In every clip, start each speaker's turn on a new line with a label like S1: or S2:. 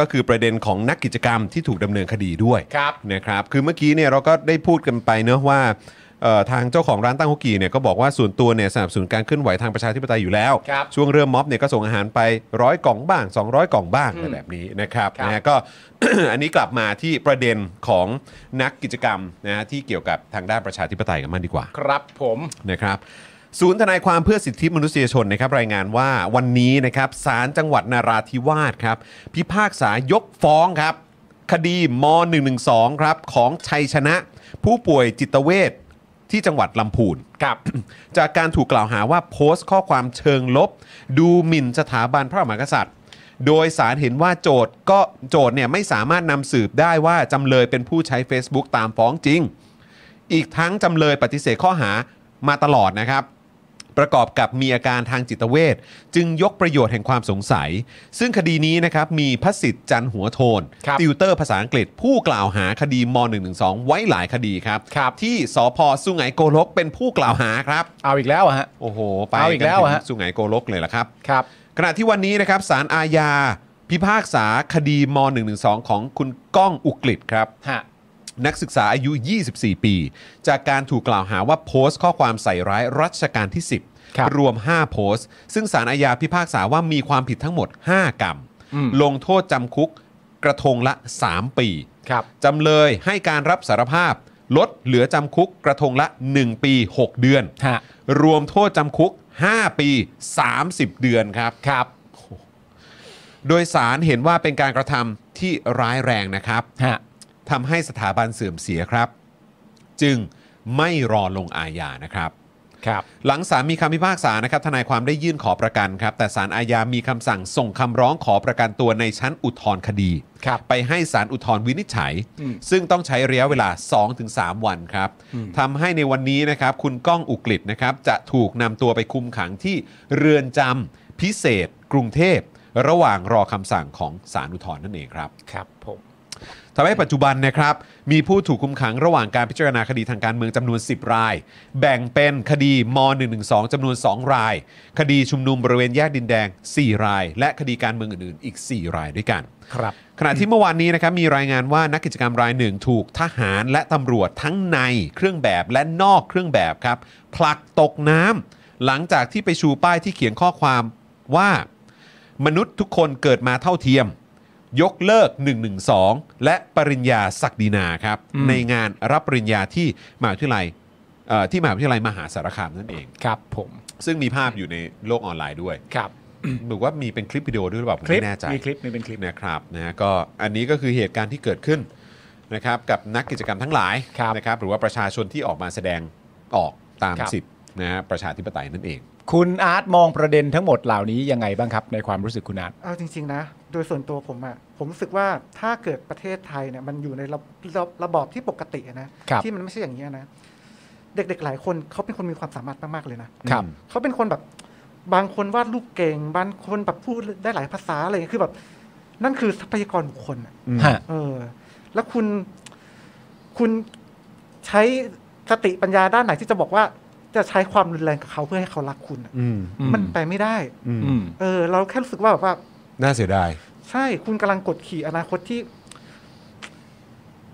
S1: ก็คือประเด็นของนักกิจกรรมที่ถูกดำเนินคดีด้วย
S2: ครับ
S1: นะครับคือเมื่อกี้เนี่ยเราก็ได้พูดกันไปเนอะว่าเอ่อทางเจ้าของร้านตั้งฮกกีเนี่ยก็บอกว่าส่วนตัวเนี่ยสนับสนุนการเคลื่อนไหวทางประชาธิปไตยอยู่แล้ว
S2: ครับ
S1: ช่วงเริ่มม็อบเนี่ยก็ส่งอาหารไปร้อยกล่องบ้าง 200 กล่องบ้างอะไรแบบนี้นะครับ
S2: ครับ
S1: นะฮะก็ อันนี้กลับมาที่ประเด็นของนักกิจกรรมนะฮะที่เกี่ยวกับทางด้านประชาธิปไตยกันมากดีกว่า
S2: ครับผม
S1: นะครับศูนย์ทนายความเพื่อสิทธิมนุษยชนนะครับรายงานว่าวันนี้นะครับศาลจังหวัดนาราธิวาสครับพิพากษายกฟ้องครับ คดีม .112 ครับของชัยชนะ ผู้ป่วยจิตเวชที่จังหวัดลำพูน
S2: ครับ
S1: จากการถูกกล่าวหาว่าโพสต์ข้อความเชิงลบ ดูหมิ่นสถาบันพระมหากษัตริย์ โดยสารเห็นว่าโจทย์ก็โจทย์เนี่ยไม่สามารถนำสืบได้ว่าจำเลยเป็นผู้ใช้ Facebook ตามฟ้องจริง อีกทั้งจำเลยปฏิเสธข้อหามาตลอดนะครับ ประกอบกับมีอาการทางจิตเวชจึงยกประโยชน์แห่งความสงสัย ซึ่งคดีนี้นะครับมีพระสิทธิ์จันทร์หัวโทน
S2: ครับ
S1: ติวเตอร์ภาษาอังกฤษ ผู้กล่าวหาคดีม .112 ไว้หลายคดีครับ
S2: ครับ
S1: ที่สพสุไหงโกลกเป็นผู้กล่าวหาครับ
S2: เอาอีกแล้วอะฮะ
S1: โอ้โห ไป
S2: เอาอีกแล้ว
S1: นถึง
S2: ฮะ
S1: สุไหงโกลกเลยล่ะครับ
S2: ครับ
S1: ขณะที่วันนี้นะครับสารอาญา พิพากษาคดีม .112 ของคุณก้องอุกฤษครับ
S2: ฮะ
S1: นักศึกษาอายุ 24 ปี จากการถูกกล่าวหาว่าโพสต์ข้อความใส่ร้ายรัชกาลที่ 10
S2: ครับ
S1: รวม 5 โพสต์ ซึ่งสารอาญาพิพากษาว่ามีความผิดทั้งหมด 5 กรรม
S2: อืม
S1: ลงโทษจำคุกกระทงละ 3 ปี
S2: ครับ
S1: จำเลยให้การรับสารภาพ ลดเหลือจำคุกกระทงละ 1 ปี 6 เดือน
S2: ฮะ
S1: รวมโทษจำคุก 5 ปี 30 เดือนครับ
S2: ครับ
S1: โดยสารเห็นว่าเป็นการกระทำที่ร้ายแรงนะครับ
S2: ฮะ
S1: ทำให้สถาบันเสื่อมเสียครับ จึงไม่รอลงอาญานะครับ
S2: ครับ
S1: หลังศาลมีคำพิพากษานะครับทนายความได้ยื่นขอประกันครับ แต่ศาลอาญามีคำสั่งส่งคำร้องขอประกันตัวในชั้นอุทธรณ์คดี
S2: ครับ
S1: ไปให้ศาลอุทธรณ์วินิจฉัย
S2: อืม
S1: ซึ่งต้องใช้ระยะเวลา 2-3 วันครับทำให้ในวันนี้นะครับคุณก้องอุกฤษนะครับจะถูกนำตัวไปคุมขังที่เรือนจำพิเศษ กรุงเทพ ระหว่างรอคำสั่งของศาลอุทธรณ์นั่นเองครับ
S2: ครับผม
S1: ทำให้ปัจจุบันนะครับมีผู้ถูกคุมขังระหว่างการพิจารณาคดีทางการเมืองจำนวน 10 ราย แบ่งเป็นคดีม .112 จำนวน 2 ราย คดีชุมนุมบริเวณแยกดินแดง 4 ราย และคดีการเมืองอื่นๆ อีก 4 รายด้วยกัน
S2: ครับ
S1: ขณะที่เมื่อวานนี้นะครับมีรายงานว่านักกิจกรรมรายหนึ่งถูกทหารและตำรวจทั้งในเครื่องแบบและนอกเครื่องแบบครับผลักตกน้ำหลังจากที่ไปชูป้ายที่เขียนข้อความว่า มนุษย์ทุกคนเกิดมาเท่าเทียม ยกเลิก 112 และปริญญาศักดินาครับ
S2: อืม
S1: ในงานรับปริญญาที่มหาวิทยาลัยเอ่อที่มหาวิทยาลัยมหาสารคามนั่นเอง
S2: ครับผม
S1: ซึ่งมีภาพอยู่ในโลกออนไลน์ด้วย
S2: ครับ
S1: หรือว่ามีเป็นคลิปวิดีโอด้วยหรือเปล่าผมไม่แน่ใจ
S2: มีคลิปมีเป็นคลิป
S1: นะครับนะฮะก็อันนี้ก็คือเหตุการณ์ที่เกิดขึ้นนะครับกับนักกิจกรรมทั้งหลาย
S2: ครับ
S1: นะครับหรือว่าประชาชนที่ออกมาแสดงออกตามสิทธินะฮะประชาธิปไตยนั่นเอง
S2: คุณอาร์ตมองประเด็นทั้งหมดเหล่านี้ยังไงบ้างครับ ในความรู้สึกคุณอาร์ต
S3: เอาจริง ๆ นะ โดยส่วนตัวผมอะผมรู้สึกว่าถ้าเกิดประเทศไทยเนี่ยมันอยู่ในระระระบอบที่ปกติอะนะครับ ที่มันไม่ใช่อย่างนี้ยนะ เด็กๆหลายคนเขาเป็นคนมีความสามารถมากๆเลยนะ
S2: ครับ
S3: เขาเป็นคนแบบบางคนวาดรูปเก่ง บางคนแบบพูดได้หลายภาษาอะไรอย่างเงี้ยคือแบบ นั่นคือทรัพยากรบุคคลอะ
S2: ฮะ
S3: เออ แล้วคุณ คุณใช้สติปัญญาด้านไหนที่จะบอกว่า จะใช้ความรุนแรงกับเขาเพื่อให้เขารักคุณอะ
S1: อืม
S2: อืม
S3: มันไปไม่ได้
S1: อืม
S2: อืม
S3: เออ เราแค่รู้สึกว่าแบบว่า
S1: น่าเสียดาย
S3: ใช่คุณกำลังกดขี่อนาคตที่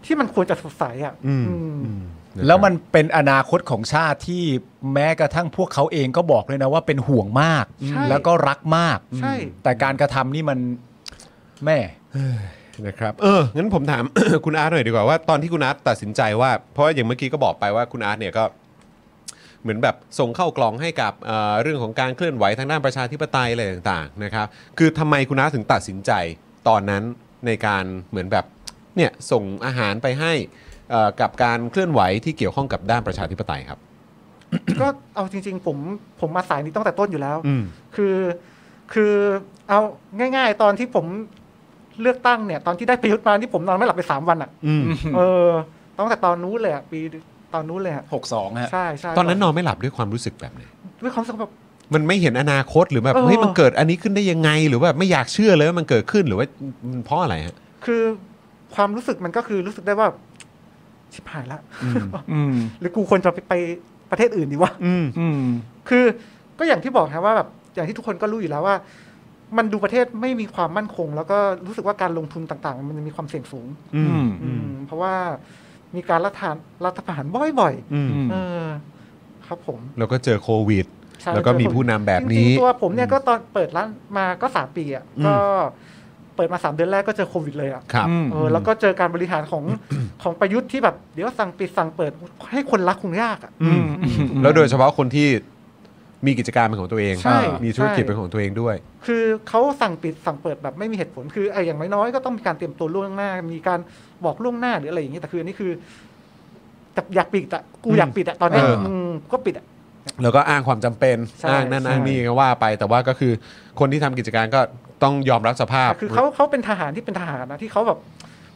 S3: ที่มันควรจะสดใสอ่ะ
S1: อืม
S3: อืม
S1: อืมะครับ
S2: แล้วมันเป็นอนาคตของชาติที่แม้กระทั่งพวกเขาเองก็บอกเลยนะว่าเป็นห่วงมาก
S3: ใช่
S2: แล้วก็รักมาก
S3: ใช่
S2: แต่การกระทำนี่มันแม่
S1: นะครับเอองั้นผมถ าม คุณอาร์ตหน่อยดีกว่าว่าตอนที่คุณอาร์ตตัดสินใจว่า เพราะว่าอย่างเมื่อกี้ก็บอกไปว่าคุณอาร์ตเนี่ยก็ เหมือนแบบส่งเข้ากล่องให้กับเอ่อเรื่องของการเคลื่อนไหวทางด้านประชาธิปไตยอะไรต่างๆนะครับ คือทำไมคุณอาร์ตถึงตัดสินใจตอนนั้นในการเหมือนแบบเนี่ยส่งอาหารไปให้เอ่อกับการเคลื่อนไหวที่เกี่ยวข้องกับด้านประชาธิปไตยครับ
S3: ก็เอาจริง ๆ ผมผมมาสายนี้ตั้งแต่ต้นอยู่แล้ว
S1: อืม
S3: คือคือเอาง่าย ๆ ตอนที่ผมเลือกตั้งเนี่ย ตอนที่ได้ประยุทธ์มาที่ผมนอนไม่หลับไปสามวันอ่ะ
S1: อืม
S3: เออตั้งแต่ตอนนู้นเลยอะปีตอนนู้นเลยอะ
S2: หกสองฮะ
S3: ใช่ใช่
S1: ตอนนั้นนอนไม่หลับด้วยความรู้สึกแบบไหน
S3: ด้วยความรู้สึกแบบ
S1: มันไม่เห็นอนาคตหรือแบบ
S3: เออ
S1: เฮ้ยมันเกิดอันนี้ขึ้นได้ยังไง หรือว่าไม่อยากเชื่อเลยว่ามันเกิดขึ้นหรือว่ามันเพราะอะไรฮะ
S3: คือความรู้สึกมันก็คือรู้สึกได้ว่า ชิบหายละ
S2: อืม
S3: หรือกูควรจะไปไปประเทศอื่นดีวะ
S2: อืม
S3: คือก็อย่างที่บอกนะว่าแบบอย่างที่ทุกคนก็รู้อยู่แล้วว่า มันดูประเทศไม่มีความมั่นคง แล้วก็รู้สึกว่าการลงทุนต่างๆ มันจะมีความเสี่ยงสูง
S1: อืม
S3: อืมเพราะว่ามีการรัฐานรัฐประหารบ่อย
S1: อืม
S2: อืม
S3: ๆเออ ครับผม
S1: แล้วก็เจอโควิด
S3: ใช่
S1: แล้วก็มีผู้นำแบบ
S3: จ
S1: นี้
S3: ริงๆตัวผมเนี่ยก็ตอนเปิดร้านมาก็สามปีอ่ะ
S1: อืม
S3: ก็เปิดมาสามเดือนแรกก็เจอโควิดเลยอ่ะ
S1: ครับ
S3: เออแล้วก็เจอการบริหารของ ของประยุทธ์ที่แบบ เดี๋ยวสั่งปิดสั่งเปิดให้คนรักคงยากอ่ะ
S1: อืม แล้วโดยเฉพาะคนที่มีกิจการเป็นของตัวเอง
S3: ใช่
S1: มีธุรกิจ
S3: ใช่
S1: เป็นของตัวเองด้วย
S3: คือเขาสั่งปิดสั่งเปิดแบบไม่มีเหตุผลคือไอ้อย่างน้อยๆก็ต้องมีการเตรียมตัวล่วงหน้า มีการบอกล่วงหน้าหรืออะไรอย่างนี้แต่คืออันนี้คือแต่อยากปิดอะกูอยากปิดอะตอนเนี้ย
S1: เอออื
S3: มก็ปิดอะ
S1: แล้วก็อ้างความจำเป็น
S3: ใช่
S1: อ้างนั่น
S3: ใช่
S1: อ้างนี่ก็ว่าไป แต่ว่าก็คือคนที่ทำกิจการก็ต้องยอมรับสภาพ
S3: คือเขาเขาเป็นทหารที่เป็นทหารนะที่เขาแบบ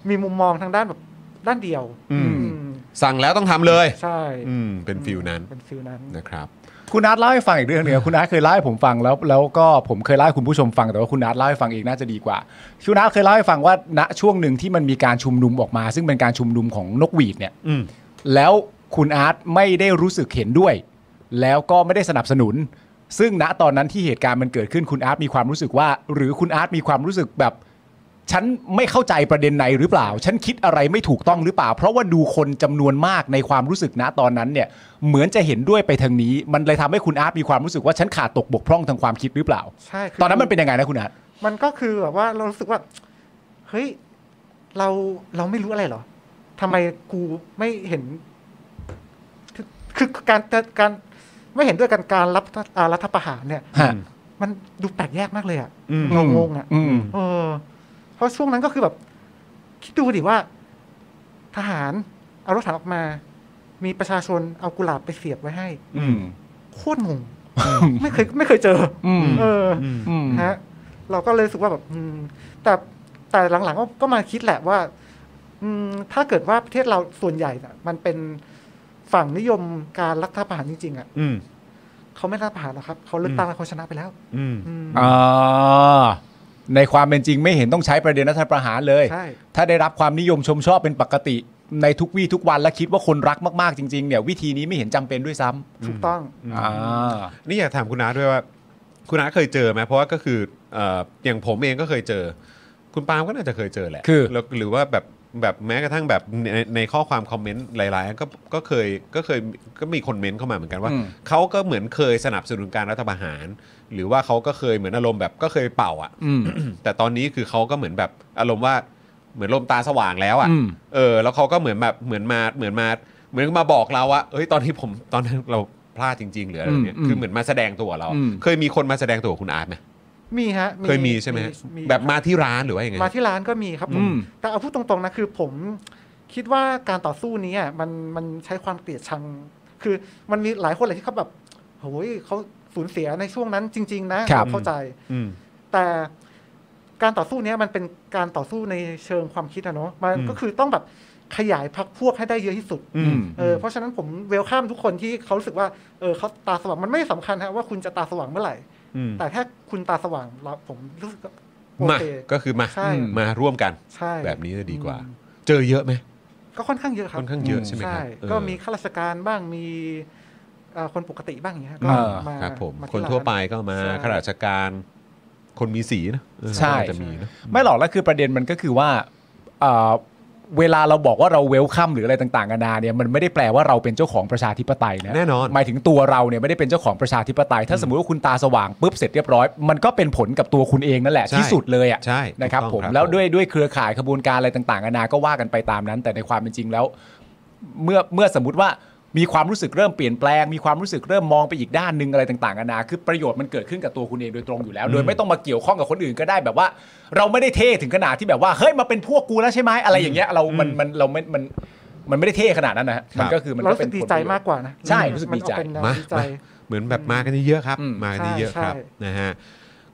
S3: มีมุมมองทางด้านแบบด้านเดียว
S1: อืม
S3: อืม
S1: สั่งแล้วต้องทำเลย
S3: ใช่
S1: อืม เป็นฟิลนั้น
S3: เป็นฟิลนั้น
S1: นะครับ
S2: คุณอาร์ตเล่าให้ฟังอีกเรื่องหนึงครับคุณอาร์ตเคยเล่าให้ผมฟังแล้วแล้วก็ผมเคยเล่าให้คุณผู้ชมฟังแต่ว่าคุณอาร์ตเล่าให้ฟังเองน่าจะดีกว่าคุณอาร์ตเคยเล่าให้ฟังว่าณช่วงหนึ่งที่มันมีการชุมนุมออกมา ซึ่งเป็นการชุมนุมของนกหวีดเนี่ย
S1: อืม
S2: แล้วคุณอาร์ตไม่ได้รู้สึกเห็นด้วย แล้วก็ไม่ได้สนับสนุน ซึ่งณตอนนั้นที่เหตุการณ์มันเกิดขึ้นคุณอาร์ตมีความรู้สึกว่า หรือคุณอาร์ตมีความรู้สึกแบบ ฉันไม่เข้าใจประเด็นไหนหรือเปล่า ฉันคิดอะไรไม่ถูกต้องหรือเปล่า เพราะว่าดูคนจำนวนมากในความรู้สึกนะตอนนั้นเนี่ย เหมือนจะเห็นด้วยไปทางนี้ มันเลยทำให้คุณอาร์ตมีความรู้สึกว่าฉันขาดตกบกพร่องทางความคิดหรือเปล่า
S3: ใช่คื
S2: ตอนนั้นมันเป็นยังไงนะคุณอาร์ต
S3: มันก็คือแบบว่าเรารู้สึกว่า เฮ้ย เราเราไม่รู้อะไรเหรอทำไมกูไม่เห็น คือคือการการไม่เห็นด้วยกันการรับอ่ารัฐประหารเนี่ย
S2: ฮะ
S3: มันดูแปลกแยกมากเลยอะ
S1: อืม
S3: งงงๆอะ
S2: อืม
S3: เออ เพราะช่วงนั้นก็คือแบบ คิดดูดิว่า ทหาร เอารถถังออกมา มีประชาชนเอากุหลาบไปเสียบไว้ให้
S2: อืม
S3: โคตรงง ไม่เคยไม่เคยเจอ
S2: อืม
S3: เออ
S1: อืม
S2: อืม
S3: ฮะเราก็เลยรู้สึกว่าแบบอืมแต่แต่หลังๆก็ก็มาคิดแหละว่า อืมถ้าเกิดว่าประเทศเราส่วนใหญ่น่ะมันเป็นฝั่งนิยมการรัฐประหารจริงๆอ่ะ
S1: อืม
S3: เขาไม่รัฐประหารหรอกครับเขาเลือกตั้งแล้วเขาชนะไปแล้ว
S1: อืม
S3: อืม
S2: อ่าในความเป็นจริงไม่เห็นต้องใช้ประเด็นรัฐประหารเลย
S3: ใช่
S2: ถ้าได้รับความนิยมชมชอบเป็นปกติ ในทุกวี่ทุกวันและคิดว่าคนรักมากๆจริงๆเนี่ยวิธีนี้ไม่เห็นจำเป็นด้วยซ้ำ
S3: ถูกต้อง
S2: อ่า
S1: นี่อยากถามคุณน้าด้วยว่า คุณน้าเคยเจอไหมเพราะว่าก็คือเอ่ออย่างผมเองก็เคยเจอ คุณปาล์มก็น่าจะเคยเจอแหละ
S2: คือ
S1: แล้วหรือว่าแบบแบบแม้กระทั่งแบบในในข้อความคอมเมนต์หลายๆอันก็ก็เคยก็เคยก็มีคนเมนต์เข้ามาเหมือนกันว่า
S2: อืม
S1: เขาก็เหมือนเคยสนับสนุนการรัฐประหาร หรือว่าเขาก็เคยเหมือนอารมณ์แบบก็เคยเป่าอ่ะ
S2: อืม
S1: แต่ตอนนี้คือเขาก็เหมือนแบบอารมณ์ว่าเหมือนลมตาสว่างแล้ว
S2: อืม
S1: อะ่ะเออ แล้วเขาก็เหมือนแบบเหมือนมาเหมือนมาเหมือนมาบอกเราว่าเอ้ยตอนที่ผมตอนนั้นเราพลาดจริงๆหรืออะไรแบบเนี้ย
S2: อืมอืม
S1: คือเหมือนมาแสดงตัวเราอะ
S2: อืม
S1: เคยมีคนมาแสดงตัวกับคุณอาร์ตไหม
S3: มีฮะ
S1: เคยมีใช่ไหมฮะแบบมาที่ร้านหรือว่ายังไง
S3: มาที่ร้านก็มีครับผ
S2: อื
S3: ม
S2: ม
S3: แต่เอาพูดตรงๆนะคือผมคิดว่าการต่อสู้นี้อะมันมันใช้ความเกลียดชัง คือมันมีหลายคนเลยที่เขาแบบโอ้ยเขาสูญเสียในช่วงนั้นจริง ๆ นะครับ เข้าใจ
S1: อืม
S3: แต่การต่อสู้เนี้ยมันเป็นการต่อสู้ในเชิงความคิดอะเนาะมัน
S1: อืม
S3: ก็คือต้องแบบขยายพักพวกให้ได้เยอะที่สุด
S1: อืม
S3: เออเพราะฉะนั้นผมเวลข้ามทุกคนที่เขารู้สึกว่าเออเขาตาสว่างมันไม่สำคัญฮะว่าคุณจะตาสว่างเมื่อไหร่
S1: อืม
S3: แต่ถ้าคุณตาสว่างเราผมรู้สึกว่าโอ
S1: มา
S3: เค
S1: ก็คือมา
S3: ใช่
S1: มาร่วมกัน
S3: ใช่
S1: แบบนี้จะดีกว่า
S3: อืม
S1: เจอเยอะไหม
S3: ก็ค่อนข้างเยอะครับ
S1: ค่อนข้างเยอะใช่ไหมครับ
S3: ใช่
S1: เออ
S3: ก็มีข้าราชการบ้างมีเอ่อคนปกติบ้างอย่างเงี้ยก็
S2: อ่า
S3: มา
S1: ครับผม
S3: าที่
S1: คนทั่ว
S3: ร้า
S1: ไปก็มา
S3: ใช่
S1: ข้าราชการคนมีสีนะเออ
S2: ใช่
S1: น่าจะมีนะ
S2: ไม่หรอกแล้วคือประเด็นมันก็คือว่าเอ่อเวลาเราบอกว่าเราเวลคัมหรืออะไรต่างๆนานาเนี่ยมันไม่ได้แปลว่าเราเป็นเจ้าของประชาธิปไตยนะ
S1: แน่นอน
S2: หมายถึงตัวเราเนี่ยไม่ได้เป็นเจ้าของประชาธิปไตย ถ้าสมมติว่าคุณตาสว่างปุ๊บเสร็จเรียบร้อย มันก็เป็นผลกับตัวคุณเองนั่นแหละ ที่สุดเลยอ่ะ
S1: ใช่
S2: นะครับ
S1: ถูก
S2: ผ
S1: ต้อง
S2: มแล้วด้วยด้วยเครือข่ายขบวนการอะไรต่างๆนานาก็ว่ากันไปตามนั้น แต่ในความเป็นจริงแล้ว เมื่อเมื่อสมมติว่ามีความรู้สึกเริ่มเปลี่ยนแปลง มีความรู้สึกเริ่มมองไปอีกด้านหนึ่งอะไรต่างๆนานาคือประโยชน์มันเกิดขึ้นกับตัวคุณเองโดยตรงอยู่แล้ว โดยไม่ต้องมาเกี่ยวข้องกับคนอื่นก็ได้แบบว่า เราไม่ได้เท่ถึงขนาดที่แบบว่าเฮ้ยมาเป็นพวกกูแล้วใช่ไหมอะไรอย่างเงี้ยเรา มันมันเราไม่มันมันไม่ได้เท่ขนาดนั้นนะฮะมันก็คือมัน
S3: เรา
S2: ก็
S3: รู้
S2: เป็
S3: สึ
S2: น
S3: กดี
S2: ผล
S3: ใจ
S2: ประโยชน์
S3: มากกว่านะ
S2: ใช่รู้สึก
S3: มัน
S2: ดีใจ
S3: ออเป็นแนว
S1: มา
S3: ดีใจ
S1: มาเหมือนแบบมากันเยอะๆครับ
S2: อืม
S1: มากันเยอะๆครับ
S3: ใช่
S1: นะฮะ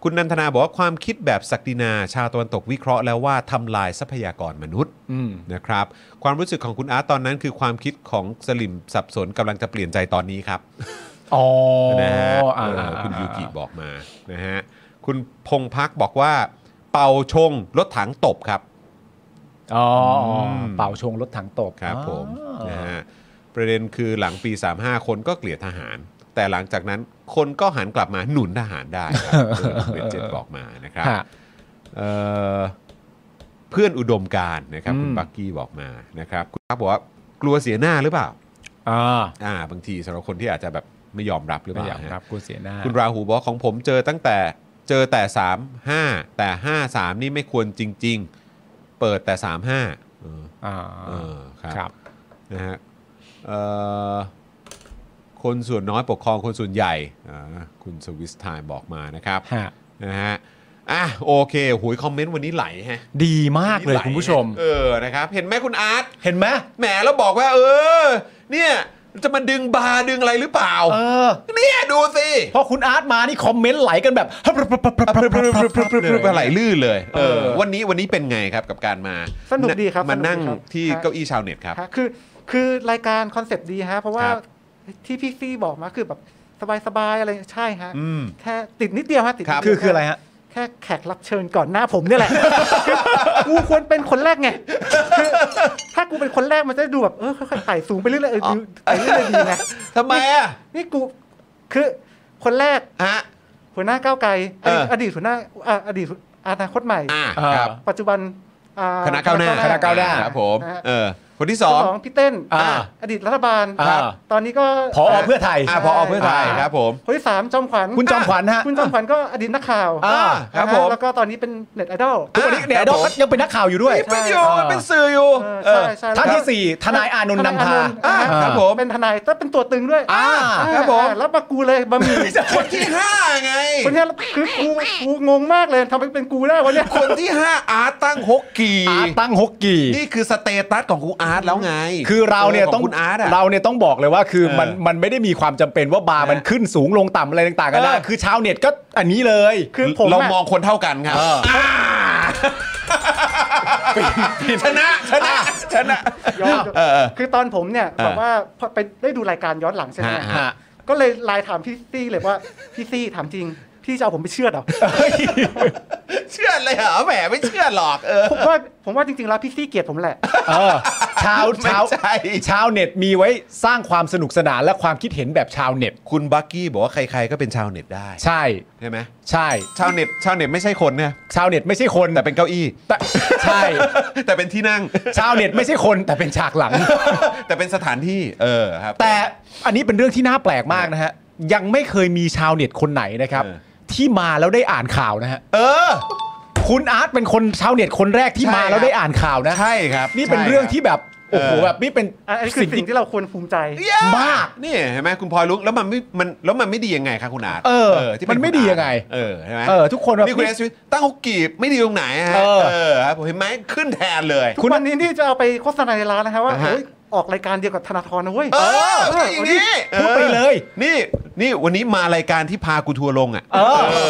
S1: คุณนันทนาบอกว่าความคิดแบบศักดินาชาวตะวันตกวิเคราะห์แล้วว่าทำลายทรัพยากรมนุษย์
S2: อืม
S1: นะครับ ความรู้สึกของคุณอาร์ตตอนนั้นคือความคิดของสลิมสับสนกำลังจะเปลี่ยนใจตอนนี้ครับ
S2: อ๋อ
S1: นะฮะ
S2: อ่า
S1: เออคุณยูกิบอกมานะฮะคุณพงพักบอกว่า เป่าชงรถถังตบครับ
S2: อ๋ออ๋ออ
S1: ม
S2: เป่าชงรถถังตบ
S1: ครับผม
S2: อ๋อ
S1: นะฮะประเด็นคือหลังปี 35 คนก็เกลียดทหาร แ แต่หลังจากนั้นคนก็หันกลับมาหนุนทหารได้ครับเออเป็นเจนบอกมานะครับ
S2: ฮะ
S1: เอ่อเพื่อนอุดมการณ์นะครับคุณ
S2: อืม
S1: บักกี้บอกมานะครับคุณครับบอกว่ากลัวเสียหน้าหรือเปล่า
S2: อ่า
S1: อ่า บางทีสำหรับคนที่อาจจะแบบไม่ยอมรับหรือเป
S2: ไม่
S1: ล่า
S2: อยาก
S1: ฮะ
S2: รับกูเสียหน้า
S1: คุณราหูบอกของผมเจอตั้งแต่เจอแต่ 3 5 แต่ 5 3 นี่ไม่ควรจริง ๆ เปิดแต่ 3 5เออ
S2: อ่า
S1: เออครับ
S2: ครับ
S1: นะฮะเอ่อคนส่วนน้อยปกครองคนส่วนใหญ่อ่าคุณสวิสไทม์บอกมานะครับ
S2: ฮะ
S1: นะฮะอ่ะโอเคโหุยคอมเมนต์วันนี้ไหลฮะ
S2: ดีมากเลย
S1: ไหฮะ
S2: คุณผู้ชม
S1: เออนะครับ เห็นไหมคุณอาร์ต
S2: เห็นไหม
S1: แหมแล้วบอกว่า เออ เนี่ยจะมาดึงบาร์ดึงอะไรหรือเปล่า
S2: เออ
S1: เนี่ยดูสิ
S2: พอคุณอาร์ตมานี่คอมเมนต์ไหลกัน แบบ
S1: ไหลลื่นเลยเออ
S3: เออ
S1: วันนี้วันนี้เป็นไงครับกับการมา
S3: สนุกดีครับ
S1: มา
S3: สนุกดี
S1: นั่ง
S3: ครับ
S1: ที่เก้าอี้ชาวเน็ตครับ
S3: ฮะคือคือรายการคอนเซปต์ดีฮะ เพราะว่า
S1: ครับ
S3: ที่พี่ซี่บอกมาคือแบบสบายๆอะไรใช่ฮะ
S1: อืม
S3: แค่ติดนิดเดียวฮะติด
S1: ครับ
S3: นิด
S2: คื
S3: เดียว
S2: อคืออะไรฮะ
S3: แค่แขกรับเชิญก่อนหน้าผมเนี่ยแหละ คือกูควรเป็นคนแรกไงคือถ้ากูเป็นคนแรกมันจะดูแบบเออค่อยๆไต่สูงไปเรื่อยๆเออดูไต่เรื่อยๆดีนะ
S1: ทำไมอ่ะ
S3: นี่กูคือคนแรก
S1: ฮะ
S3: หัวหน้าก้าวไกล
S1: เออ
S3: อดีตหัวหน้าอ่ะอดีตอนาคตใหม่
S1: อ่ะ
S2: อ่า
S1: ครับ
S3: ปัจจุบันอ่
S1: คณะก้าวหน้า
S2: คณะก้าวหน้า
S1: ครับผม
S3: ะฮะ
S1: เออคนที่ส
S3: ส
S1: อ
S3: อง งพี่เต้น
S2: อ่า
S3: อดีตรัฐบาล
S2: อ่า
S3: ครับตอนนี้ก็
S2: พอเพื่อไทย
S1: อ่าพออเพื่อไทย
S2: อ่า
S1: ครับผม
S3: คนที่สามจอมขวัญ
S2: คุณจอมขวัญฮะ
S3: คุณจอมขวัญก็อดีตนักข่าว
S2: อ่า
S1: ครับ
S3: นะฮะ
S1: ผม
S3: แล้วก็ตอนนี้เป็นเน็ตไอดอล
S2: ทุกวันนี้เนี่ยดอกยังเป็นนักข่าวอยู่ด้วย
S1: นี่เป็นอยู่
S2: ใช่
S1: มันเป็นสื่ออยู่
S3: เออใช่ใช่
S2: ท่านที่สี่ทนายอานนท์นำพา
S1: อ่า
S3: อ่า
S1: ครับผม
S3: เป็นทนายแล้วเป็นตัวตึงด้วย
S2: อ่า
S1: ครับผม
S3: อ่าแล้วมากูเลยบะหมี่
S1: คนที่ห้าไง
S3: คนเนี้ยคือกูกูงงมากเลยทำไมเป็นกูได้วะเนี่ย
S1: คนที่ห้าอาร์ตตั้งฮกกี
S2: าร์ตตั้งฮกกี
S1: นี่คือสเตตัสของคุณอาร์ตแล้วไง
S2: คือเราเนี่ย
S1: ข
S2: ต้อง
S1: คุณอาร์ตอะ
S2: เราเนี่ยต้องบอกเลยว่าคือ
S1: เออ
S2: มันมันไม่ได้มีความจำเป็นว่าบาร์
S1: นะ
S2: มันขึ้นสูงลงต่ำอะไรต่างๆกันนะ
S1: เออ
S2: คือชาวเน็ตก็อันนี้เลย
S3: คือผม
S1: เรา
S3: อะ
S1: มองคนเท่ากันครับ
S2: เออ
S1: าชนะชนะชนะ
S3: ย้อน
S1: เออเออ
S3: คือตอนผมเนี่ย
S1: อ่า
S3: แบบว่าพอไปได้ดูรายการย้อนหลังใช่ไหม
S1: ฮะฮะ
S3: ก็เลยไลน์ถามพี่ซี่เลยว่าพี่ซี่ถามจริง พี่จะเอาผมไปเชื่อดเหรอ
S1: เชื่อเลยเหรอแหมไม่เชื่อหรอกเออ
S3: ผมว่าผมว่าจริงๆแล้วพี่ซี่เกลียดผมแหละ
S2: เออชาว
S1: ไม่
S2: ชาว
S1: ใช่
S2: ชาวเน็ตมีไว้สร้างความสนุกสนานและความคิดเห็นแบบชาวเน็ต
S1: คุณบักกี้บอกว่าใครๆก็เป็นชาวเน็ตได้
S2: ใช่
S1: ใช่ไหม
S2: ใช่
S1: ชาวเน็ตชาวเน็ตไม่ใช่คนนะ
S2: ชาวเน็ตไม่ใช่คน
S1: แต่เป็นเก้าอี้
S2: แต่ใช่
S1: แต่เป็นที่ นั่ง
S2: ชาวเน็ตไม่ใช่คนแต่เป็นฉากหลัง
S1: แต่เป็นสถานที่เออครับ
S2: แต่อันนี้เป็นเรื่องที่น่าแปลกมากนะฮะ ยังไม่เคยมีชาวเน็ตคนไหนนะครับ
S1: เออ
S2: ที่มาแล้วได้อ่านข่าวนะฮะ
S1: เออ
S2: คุณอาร์ตเป็นคนชาวเน็ตคนแรกที่
S1: ใช่
S2: มาแล้วได้อ่านข่าวนะ
S1: ใช่ครับ
S2: นี่เป็น
S1: ใช่
S2: เรื่อง
S1: ครับ
S2: ที่แบบโอ้โห
S1: เออ
S2: แบบนี่เป็น
S3: อันนี้คือ
S2: สิ่ง
S3: สิ่
S2: ที่
S3: งที่เราควรภูมิใจ
S1: เย้
S2: มาก
S1: นี่เห็นไหมคุณพลอยลุกแล้วมันไม่มันแล้วมันไม่ดียังไงครับคุณอาร์ต
S2: เออ
S1: ที่เป็
S2: มันไม่
S1: คุณอาร์ต
S2: ดียังไง
S1: เออใช่ไหม
S2: เออทุกคนแบบ
S1: นี่คุณเอสตั้งฮกกีบไม่ดีตรงไหนฮะ
S2: เออ
S1: ครับผมเห็นไหมขึ้นแทนเลย
S3: ทุกวันนี้นี่จะเอาไปโฆษณาในร้านนะคะว่า
S1: อ่าฮะ
S3: เฮ้ยออกรายการเดียวกับธนาธรนะเว้ย
S1: เออ
S3: เ
S1: นี่อย่างนี้
S2: พูดไปเลย
S1: นี่นี่วันนี้มารายการที่พากูทัวร์ลงอ่ะ
S2: เอ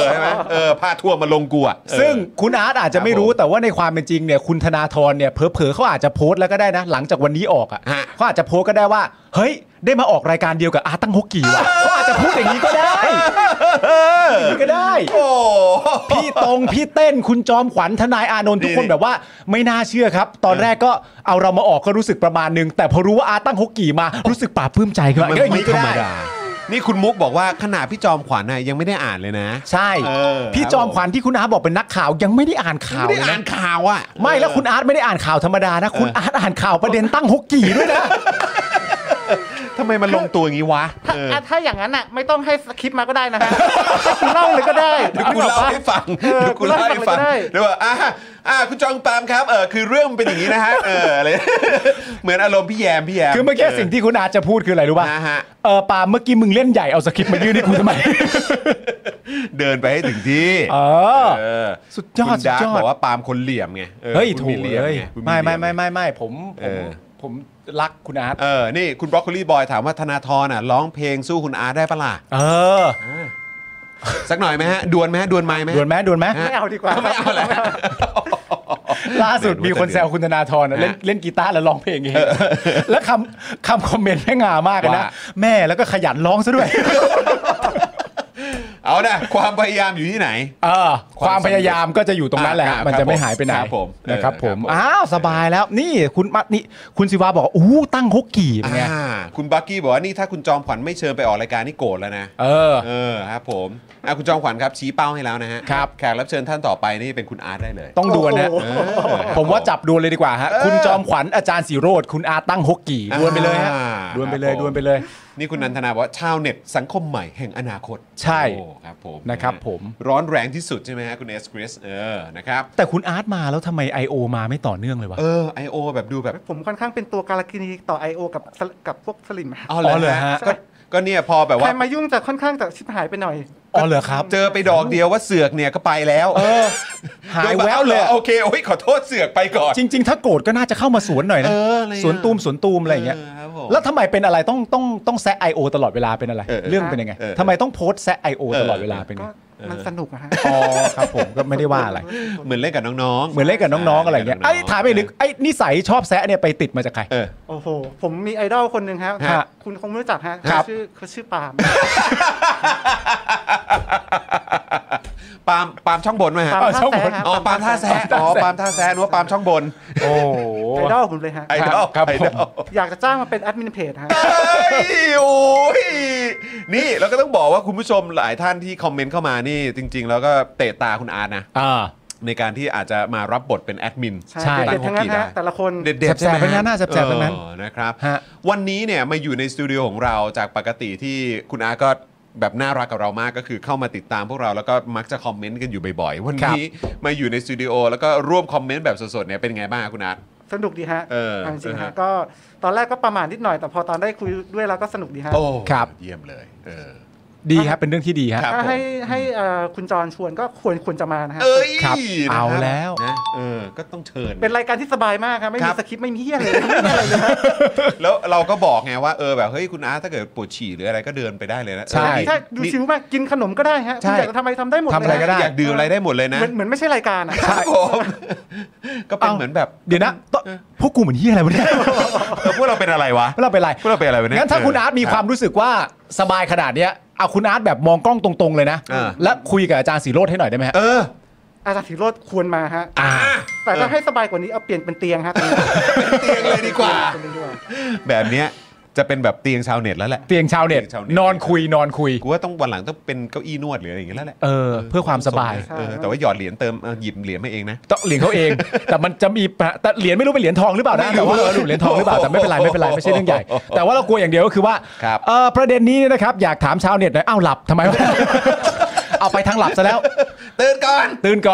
S2: อ
S1: ใช่ไหมเออพาทัวร์มาลงกูอ่ะเออ
S2: ซึ่งคุณอาร์ตอาจจะไม่รู้
S1: ครับผม
S2: แต่ว่าในความเป็นจริงเนี่ยคุณธนาธรเนี่ยเผลอๆเขาอาจจะโพสต์แล้วก็ได้นะ หลังจากวันนี้ออก
S1: ฮะ
S2: อะ่ะเขาอาจจะโพสต์ก็ได้ว่า เฮ้ย ได้มาออกรายการเดียวกับอาร์ตตั้งฮกกี่ ว่ะเขาอาจจะพูดอย่างนี้ก็ได้อย่างนี้ก็ได้
S1: โอ้
S2: พี่ตรงพี่เต้นคุณจอมขวัญทนายอานนท์ทุกคน
S1: นี่
S2: แบบว่าไม่น่าเชื่อครับ ตอนแรกก็เอาเรามาออกก็รู้สึกประมาณนึง แต่พอรู้ว่าอาตั้งฮกกี่มา รู้สึกปลาบปลื้มใจขึ้นมา
S1: มัน
S2: ก็อย่าง
S1: ไม่
S2: นี้ก็
S1: ธรรม
S2: ได้
S1: ดา นี่คุณมุกบอกว่าขนาดพี่จอมขวัญน่ะยังไม่ได้อ่านเลยนะ
S2: ใช่
S1: เออ
S2: พี่
S1: ครับ
S2: จอมขวัญที่คุณอาร์ตบอกเป็นนักข่าวยังไม่ได้อ่านข่าว
S1: ไม่
S2: เล
S1: ได้
S2: ย
S1: อ่า
S2: นะ
S1: นข่าวอ่ะ
S2: ไม่แล้วคุณอาร์ตไม่ได้อ่านข่าวธรรมดานะ คุณอาร์ตอ่านข่าวประเด็นตั้งฮกกี่ด้วยนะ
S1: ทำไมมันลงตัวอย่างนี้วะ
S3: ถ้า
S1: เออ
S3: อ่ะถ้าอย่างนั้นอ่ะไม่ต้องให้สคริปต์มาก็ได้นะฮะ เล่าเลยก็ได้
S1: เดี๋ยวกู
S3: นึกอ
S1: เล่า
S3: อกปะ
S1: ให้ฟัง
S3: เออ
S1: เดี๋ยวกูเล่าให้ฟัง
S3: กูเล่าให้ฟังเลยก็ได้
S1: เดี๋ยวว่าอ่าอ่าคุณจองปามครับเออคือเรื่องมันเป็นอย่างนี้นะฮะเอออะไร เหมือนอารมณ์พี่แยมพี่แยม
S2: คือเมื่อกี้สิ่งที่คุณอาร์ตจะพูดคืออะไรรู้ป่ะ
S1: นะฮะ
S2: เออปาล์มเมื่อกี้มึงเล่นใหญ่เอาสคริปต์มายื่นให้กูทำไม
S1: เดินไปให้ถึงที่
S2: เออ
S1: เออ
S2: สุดยอด
S1: คุณดาร์
S2: สุ
S1: ก
S2: ดยอด
S1: บอกว่าปาล์มคนเหลี่ยมไงออ
S2: เฮ้ย
S1: คุณ
S2: โถ
S1: มีเหลี่ยม
S2: เอ้ย
S1: งคุณ
S2: ไม่
S1: เหลี่
S2: ไม่
S1: ย
S2: ไม่ไม่ไม่ผมผ
S1: เอ
S2: ม
S1: อ
S2: ผมรักคุณอาร์ต
S1: เออนี่คุณบรอกโคลีบอยถามว่าธนาธรอ่ะร้องเพลงสู้คุณอาร์ตได้ปะล่ะ
S2: เออ
S1: สักหน่อยไหมฮะดวลไหมฮะดวลไม้ไหมฮะ
S2: ดวนไหมดวนไหม
S3: ไม่เอาดีกว่า
S1: ไม่เอาแล้ว
S2: ล่าสุดมีคนแซวคุณธนาธรนะเล่น
S1: ฮะ
S2: เล่นกีตาร์แล้วร้องเพลงเองแล้วคำคำคอมเมนต์แม่งามากเลยนะ
S1: ว่า
S2: แม่แล้วก็ขยันร้องซะด้วย
S1: เอานะความพยายามอยู่ที่ไหน
S2: เออค
S1: คาว
S2: วาม มพยายามก็จะอยู่ตรงนั้นแหละ
S1: อ่าครับ
S2: มันจะไม่หายไปไหน
S1: ครับผม
S2: นะครับผม
S1: เออครับผม
S2: อ้าวสบายแล้วนี่คุณมัดนี่คุณศิวาบอกว่าอู้ตั้งฮกกี่เป็นไง
S1: อ่าคุณบักกี้บอกว่านี่ถ้าคุณจอมขวัญไม่เชิญไปออกรายการนี่โกรธแล้วนะ
S2: เออ
S1: เออครับผมอ่ะคุณจอมขวัญครับชี้เป้าให้แล้วนะฮะ
S2: ครับ
S1: แขกรับเชิญท่านต่อไปนี่เป็นคุณอาร์ตได้เลย
S2: ต้องดวลนะ
S3: โอ้โห
S1: เออ
S2: ผมว่าจับดวลเลยดีกว่าฮะ
S1: เออ
S2: คุณจอมขวัญอาจารย์สีโรดคุณอาตั้งฮกกี่
S1: อ่า
S2: ดวลไปเลยฮะดวลไปเลย
S1: ครับผม
S2: ดวลไปเลย
S1: นี่คุณนันทนาบอกว่าชาวเน็ตสังคมใหม่แห่งอนาคต
S2: ใช่
S1: โอ้ครับผม
S2: นะครับ
S1: ฮ
S2: ผม
S1: ร้อนแรงที่สุดใช่ไหมฮะคุณเอสคริสเออนะครับ
S2: แต่คุณอาร์ตมาแล้วทำไม I.O. มาไม่ต่อเนื่องเลยวะ
S1: เออ I.O. แบบดูแบบ
S3: ผมค่อนข้างเป็นตัวการกินีต่อ I.O. กับสลกับพวกสลิม
S1: เอาเลย
S2: อ๋อเหรอฮะ
S1: ก็ก็เนี่ยพอแบบ
S3: ใคร
S1: ว่า
S3: มายุ่งจะค่อนข้างจะชิบหายไปหน่อย
S2: อ๋อเหรอครับ
S1: เจอไปดอกเดียวว่าเสือกเนี่ยก็ไปแล้ว
S2: เออ หายแววเลย
S1: โอเคโอ้ยขอโทษเสือกไปก่อน
S2: จริง ๆ ถ้าโกรธก็น่าจะเข้ามาสวนหน่อยนะ
S1: เอออะไรอะ
S2: สวนตูมสวนตูมอะไรอย่างเงี้ย
S1: เออครับผม
S2: แล้วทำไมเป็นอะไรต้องต้องต้องแซะ I.O. ตลอดเวลาเป็นอะไร
S1: เออ
S2: เรื่องเป็นยังไง
S1: เออ
S2: ทำไมต้องโพสต์แซะ I.O.
S1: เออ
S2: ตลอดเวลาเป็นไง
S3: ก็มันสนุกนะฮะ
S2: อ๋อครับผมก็ไม่ได้ว่าอะไร
S1: เหมือนเล่นกับน้องๆ
S2: เหมือนเล่นกับน้องๆอะไรอย่างเงี้ยไอ้ถามไปลึกไอ้นิสัยชอบแซะเนี่ยไปติดมาจากใคร
S1: เออ
S3: โอ้โห ผมมีไอดอลคนหนึ่งครับ
S2: ฮะ
S3: คุณคงไม่รู้จักฮะ
S2: ครั
S3: เขา
S2: บ
S3: ชื่อเขาชื่อปาล์ม
S1: ปาล์มปาล์มช่องบนไหมฮะ
S3: ปาล์ม
S2: เออช่องบ
S3: ท่าแซะ
S2: น
S3: ฮะ
S1: อ๋อปาล์มท่าแซะอ๋อปาล์มท่าแซะนึกว่าปาล์มช่องบน
S2: โอ้โห
S3: ไอดอลผมเลยฮะ
S1: ไอดอล
S2: ครับ
S1: ไอ
S2: ผ
S1: ด
S2: ม
S1: อล
S3: อยากจะจ้างมาเป็นแอดมินเพจฮะ
S1: เฮ้ยโอ้ยนี่แล้วก็ต้องบอกว่าคุณผู้ชมหลายท่านที่คอมเมนต์เข้ามานี่จริง ๆ แล้วก็เตะตาคุณอาร์ตนะ
S2: อ่า
S1: ในการที่อาจจะมารับบทเป็นแอดมิน
S3: ใช่
S2: ใช่
S3: เด็ดๆทั้งนั้นฮะ แต่ละคน
S1: เด็ดๆใช่ไหม
S2: แสบๆทั้งนั้นน่ะแสบๆทั้งนั้น
S1: เออนะครับ
S2: ฮะ
S1: วันนี้เนี่ยมาอยู่ในสตูดิโอของเราจากปกติที่คุณอาก็แบบน่ารักกับเรามากก็คือเข้ามาติดตามพวกเราแล้วก็มักจะคอมเมนต์กันอยู่บ่อยๆ วันนี้มาอยู่ในสตูดิโอแล้วก็ร่วมคอมเมนต์แบบสดๆเนี่ยเป็นไงบ้างครับคุณอาร์ต
S3: สนุกดีฮะ
S1: เออ
S3: เอาจริงๆ
S1: เออฮะ
S3: ฮะ ก็ตอนแรกก็ประมาณนิดหน่อย แต่พอตอนได้คุยด้วยแล้วก็สนุกดีฮะ
S1: โอ้
S2: ครับ
S1: เยี่ยมเลยเออ
S2: ดีครับเป็นเรื่องที่ดีครับ
S1: ครับ
S3: ถ้า
S1: ผม
S3: ให้ให้เอ่อคุณจรชวนก็ควรควรจะมานะฮะ
S1: เอ้ย
S2: ครับ
S1: นะ
S2: เอาแล้ว
S1: นะเออก็ต้องเชิญ
S3: เป็นรายการที่สบายมากครับ ไม่
S1: ครั
S3: มี
S1: บ
S3: สคริปต์ไม่มีเฮียเลยไม่มีอะไรเลยฮะ
S1: แล้วเราก็บอกไงว่าเออแบบเฮ้ยคุณอาร์ตถ้าเกิดปวดฉี่หรืออะไรก็เดินไปได้เลยนะ
S2: ใช่
S1: เออนี่
S3: ใช่ ดู
S1: นี่
S3: ชิวมาก กินขนมก็ได้ฮะ
S2: ใช่
S3: คุณอยากจะทำอะไรทำได้หมดเลย
S2: ทำอะไรก็ได้
S1: อยากดื่มอะไรได้หมดเลยนะ
S3: เหมือนเหมือนไม่ใช่รายการอะ
S1: ครับผมก็เป็นเหมือนแบบ
S2: เดี๋ยวนะต้องพวกกูเหมือนที่อะไรวะเนี่ย
S1: เออพวกเราเป็นอะไรวะ
S2: ไม่เราเป็นไร
S1: พวกเราเป็นอะไรวะเนี่ย
S2: งั้นถ้าคุณอาร์ตมีความรู้สึกว่าสบายขนาดเนี้ยเอาคุณอาร์ตแบบมองกล้องตรงๆเลยนะ
S1: เออ
S2: และคุยกับอาจารย์สีโรดให้หน่อยได้ไหมฮะ
S1: เออ
S3: อาจารย์ถิโรดควรมาฮะ
S2: อ่า
S3: แต่
S1: เอ
S3: ถ้า
S1: อ
S3: ให้สบายกว่านี้เอาเปลี่ยนเป็นเตียงฮะตอนนี้
S1: เตียงเลยดีกว่า
S3: เปลี่ยนเป็นเตียงดีกว่า
S1: แบบเนี้ยจะเป็นแบบเตียงชาวเน็ตแล้วแหละ
S2: เตียงชาวเน็ต
S1: เตียงชาวเน็ต
S2: นอนคุยนอนคุย
S1: กูว่าต้องวันหลังต้องเป็นเก้าอี้นวดหรืออะไรอย่างเงี้ยแล้วแหละ
S2: เออ เพื่อความสบาย
S3: ใช่
S1: เออแต่ว่าหยอดเหรียญเติมเออหยิบเหรียญมาเองนะ
S2: ต้องเหรียญเขาเอง แต่มันจะมีปะแต่เหรียญไม่รู้เป็นเหรียญทองหรือเปล่านะ
S1: ไม่รู้
S2: แต่ว่าเออเหรียญทองหรือเปล่าแต่ไม่เป็นไร ไม่เป็นไรไม่ใช่เรื่องใหญ่ แต่ว่าเรากลัวอย่างเดียวก็คือว่า
S1: ครับ
S2: เออประเด็นนี้เนี่ยนะครับ อยากถามชาวเน็ตหน่อยอ้าวหลับทำไมวะ เอาไปทางหลับซะแล้ว
S1: ตื่นก่อน
S2: ตื่นก่อน